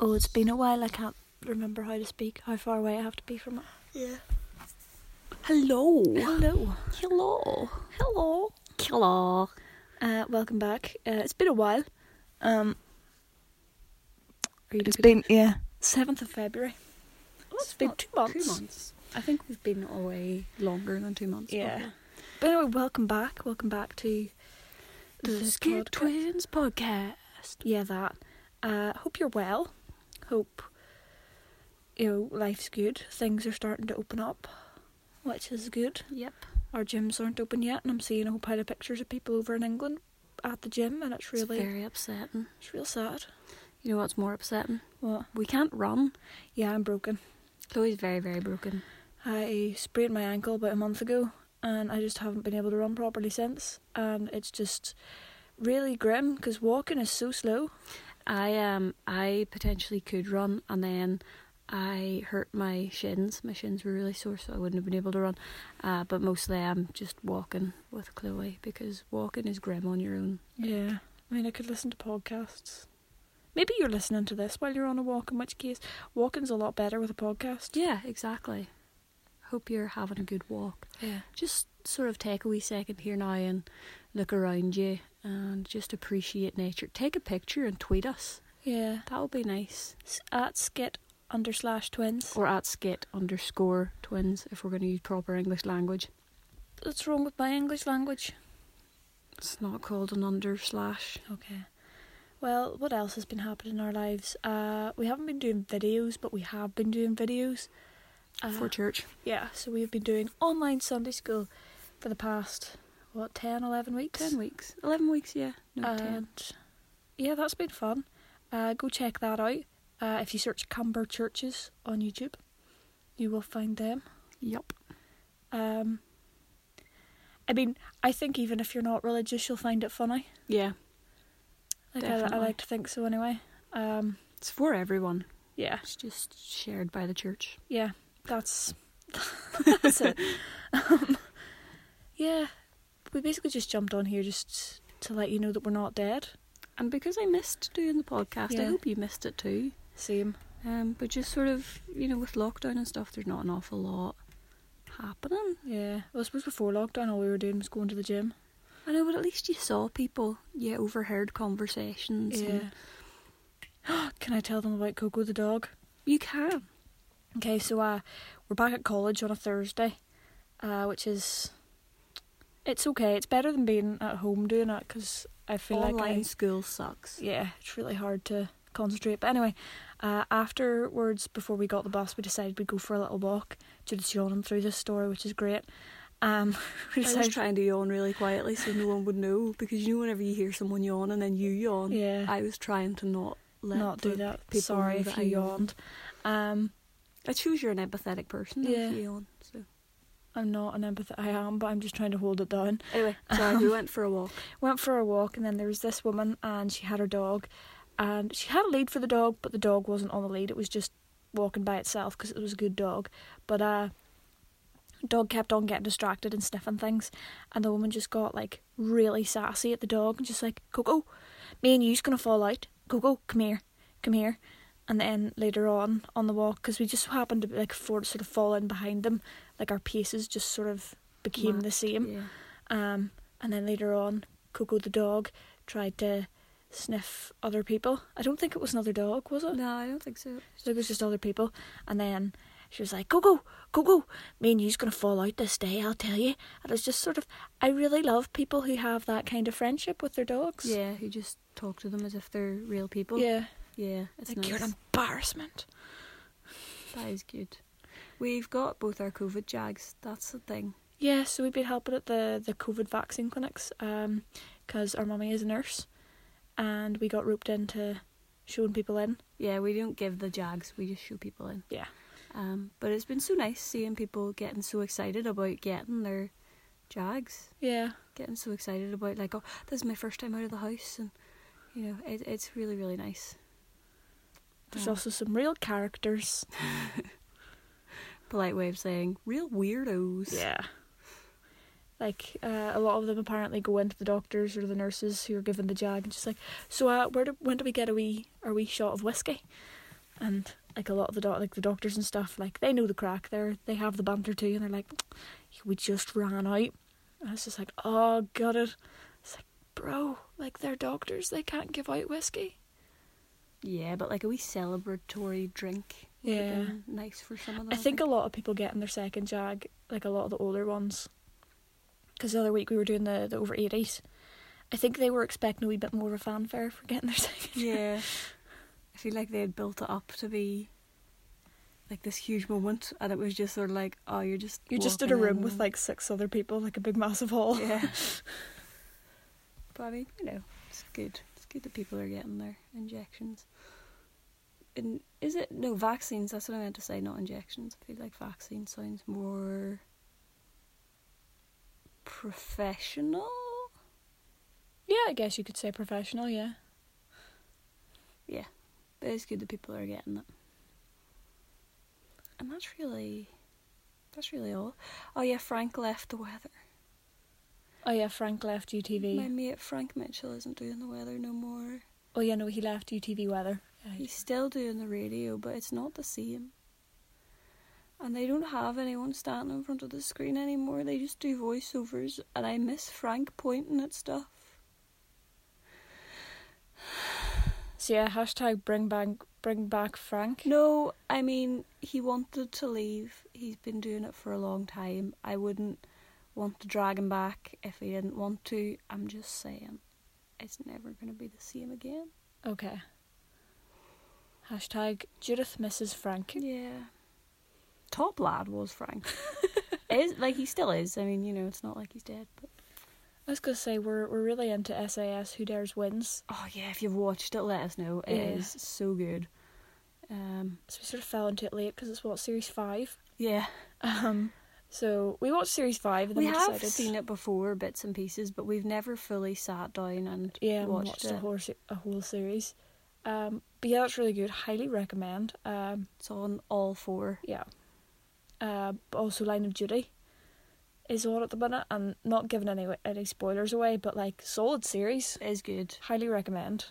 Oh, it's been a while. I can't remember how to speak, how far away I have to be from it. Yeah. Hello. Hello. Hello. Hello. Hello. Uh, welcome back. Uh, it's been a while. Um, Are you it's looking- been, yeah, 7th of February. Oh, it's been not two months. Two months. I think we've been away longer than two months. Yeah. probably. But anyway, welcome back. Welcome back to The this Skid podcast. Twins podcast. Yeah, that. Uh, hope you're well. Hope you know life's good. Things are starting to open up, which is good. Yep. Our gyms aren't open yet, and I'm seeing a whole pile of pictures of people over in England at the gym, and it's really, It's very upsetting. it's real sad. You know what's more upsetting? What? We can't run. Yeah, I'm broken. Chloe's very, very broken. I sprained my ankle about a month ago, and I just haven't been able to run properly since. And it's just really grim because walking is so slow. I um I potentially could run and then I hurt my shins. My shins were really sore, so I wouldn't have been able to run. Uh, but mostly I'm just walking with Chloe because walking is grim on your own. Yeah, I mean, I could listen to podcasts. Maybe you're listening to this while you're on a walk, in which case, walking's a lot better with a podcast. Yeah, exactly. Hope you're having a good walk. Yeah. Just sort of take a wee second here now and look around you and just appreciate nature. Take a picture and tweet us. Yeah. That would be nice. S- At skit under slash twins. Or at skit underscore twins if we're going to use proper English language. What's wrong with my English language? It's not called an under slash. Okay. Well, what else has been happening in our lives? Uh, we haven't been doing videos, but we have been doing videos. Uh, for church. yeah, so we've been doing online Sunday school for the past, what, 10, 11 weeks? Ten weeks, eleven weeks, yeah, no, and ten. yeah, that's been fun. Uh, go check that out. Uh, if you search Cumber Churches on YouTube, you will find them. Yup. Um, I mean, I think even if you're not religious, you'll find it funny. Yeah, Like I, I Definitely. like to think so anyway. Um, it's for everyone. yeah, It's just shared by the church. yeah, that's that's it. Um, yeah, we basically just jumped on here just to let you know that we're not dead. And because I missed doing the podcast, I Yeah. hope you missed it too. Same. Um, but just sort of, you know, with lockdown and stuff, there's not an awful lot happening. Yeah. Well, I suppose before lockdown, all we were doing was going to the gym. I know, but at least you saw people. You overheard conversations. Yeah. and Can I tell them about Coco the dog? you can. Okay, so uh, we're back at college on a Thursday, uh, which is it's okay. It's better than being at home doing it because I feel Online like I, school sucks. yeah, it's really hard to concentrate. But anyway, uh, afterwards, before we got the bus, we decided we'd go for a little walk. Judith's yawning through this story, which is great. Um, we I was decided- trying to yawn really quietly so no one would know because you know whenever you hear someone yawn and then you yawn. yeah, Um, I was trying to not let not do the that. people Sorry know if that you I yawned. Um, It shows you're an empathetic person. though, Yeah. If you yawn, so. I'm not an empath. I am, but I'm just trying to hold it down. Anyway, sorry, Um, we went for a walk. went for a walk and then there was this woman and she had her dog and she had a lead for the dog but the dog wasn't on the lead it was just walking by itself because it was a good dog but uh dog kept on getting distracted and sniffing things and the woman just got like really sassy at the dog and just like coco me and you's gonna fall out coco come here come here and then later on on the walk because we just happened to be like for, sort of fall in behind them like our paces just sort of became the same Yeah. um, and then later on, Coco the dog tried to sniff other people. I don't think it was another dog, was it? No, I don't think so. So it was just other people. And then she was like, Coco, Coco, me and you's going to fall out this day, I'll tell you. And it's just sort of, I really love people who have that kind of friendship with their dogs. Yeah, you just talk to them as if they're real people. Yeah. Yeah, it's Like, nice. you're an embarrassment. That is good. We've got both our COVID jags. That's the thing. Yeah, so we've been helping at the, the COVID vaccine clinics because our mummy is a nurse and we got roped into showing people in. Yeah, we don't give the jags. We just show people in. Yeah. Um, but it's been so nice seeing people getting so excited about getting their jags. Yeah. Getting so excited about like, oh, this is my first time out of the house, and you know, it, it's really really nice. There's Um, also some real characters. polite way of saying real weirdos. Like uh, a lot of them apparently go into the doctors or the nurses who are given the jag and just like, so uh, where do, when do we get a wee our wee shot of whiskey? and like a lot of the doc- like the doctors and stuff, like they know the crack. They're they have the banter too, and they're like, "We just ran out." And I was just like, "Oh, got it." It's like, bro, like they're doctors. They can't give out whiskey. Yeah, but like a wee celebratory drink. would've Yeah. been nice for some of them. I think a lot of people get in their second jag, like a lot of the older ones. Because the other week we were doing the, the over 80s. I think they were expecting a wee bit more of a fanfare for getting their second Yeah. I feel like they had built it up to be like this huge moment, and it was just sort of like, oh, you're just You're just in a walking room with and- like six other people, like a big massive hall. yeah. but I mean, you know, it's good. It's good that people are getting their injections. And is it no vaccines? That's what I meant to say, not injections. I feel like vaccine sounds more professional. Yeah, I guess you could say professional, yeah. But it's good that people are getting it. And that's really, that's really all. Oh yeah, Frank left the weather. Oh, yeah, Frank left My UTV. mate Frank Mitchell isn't doing the weather no more. Oh, yeah, no, he left UTV weather. He's still doing the radio, but it's not the same. And they don't have anyone standing in front of the screen anymore. They just do voiceovers, and I miss Frank pointing at stuff. So, yeah, hashtag bring back, bring back Frank. No, I mean, he wanted to leave. He's been doing it for a long time. I wouldn't want to drag him back if he didn't want to. I'm just saying, it's never going to be the same again. Okay. Hashtag Judith misses Frank. Yeah. Top lad was Frank. is like he still is. I mean, you know, it's not like he's dead, but I was gonna say we're we're really into SAS Who Dares Wins. oh yeah, if you've watched it, let us know. It Yeah. is so good. Um, So we sort of fell into it late because it's what series five. yeah, Um, so we watched series five and then we we, have decided, seen it before, bits and pieces, but we've never fully sat down and yeah, and watched, watched, it. a whole se- a whole series. Um, but yeah, that's really good. Highly recommend. Um, It's on all four. yeah. Uh, but also Line of Duty is on at the minute, and not giving any any spoilers away, but like solid series. It is good. Highly recommend.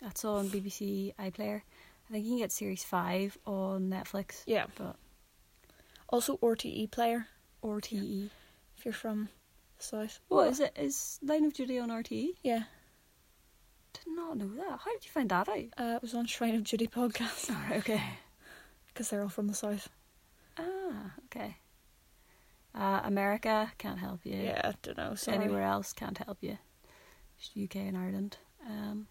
That's on BBC iPlayer. I think you can get series five on Netflix Yeah. But- also RTE player or TE. if you're from the south. E. What Oh, is it? Is Line of Duty on RTE? Yeah. Did not know that. How did you find that out? Uh, it was on Shrine of Duty podcast Alright, okay. because they're all from the south. Ah, okay. Uh, America can't help you. Yeah, I don't know. Sorry. Anywhere else can't help you. Just UK and Ireland. Um,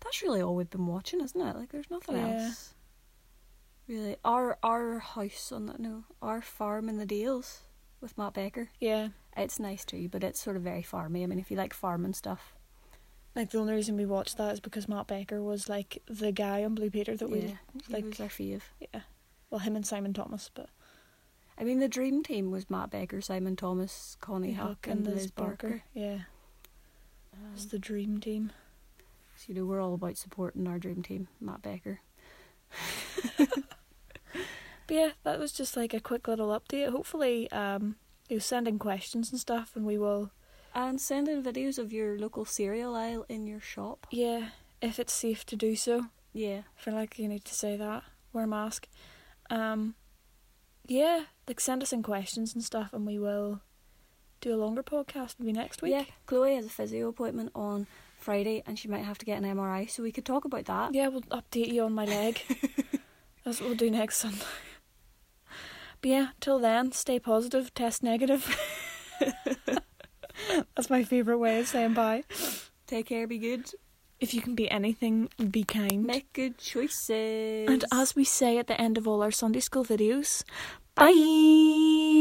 that's really all we've been watching, isn't it? Like, there's nothing Yeah. else. Really, our our house on that no, our farm in the Dales with Matt Baker. Yeah, It's nice too, but it's sort of very farmy. I mean, if you like farming stuff, like the only reason we watched that is because Matt Baker was like the guy on Blue Peter that yeah, we like like- was our fave. yeah, well him and Simon Thomas, but I mean, the dream team was Matt Baker, Simon Thomas, Connie Huck, and Liz Barker. yeah, Um, it's the dream team. So, you know, we're all about supporting our dream team, Matt Becker. But yeah, that was just like a quick little update. Hopefully, um, you send in questions and stuff, and we will. And send in videos of your local cereal aisle in your shop. Yeah, if it's safe to do so. Yeah. I feel like you need to say that. Wear a mask. Um, yeah, like send us in questions and stuff, and we will do a longer podcast maybe next week. Yeah, Chloe has a physio appointment on Friday and she might have to get an MRI, so we could talk about that. Yeah, we'll update you on my leg. That's what we'll do next Sunday. But yeah, till then, stay positive, test negative. That's my favourite way of saying bye. Take care, be good, If you can be anything, be kind. make good choices. and as we say at the end of all our Sunday school videos, bye.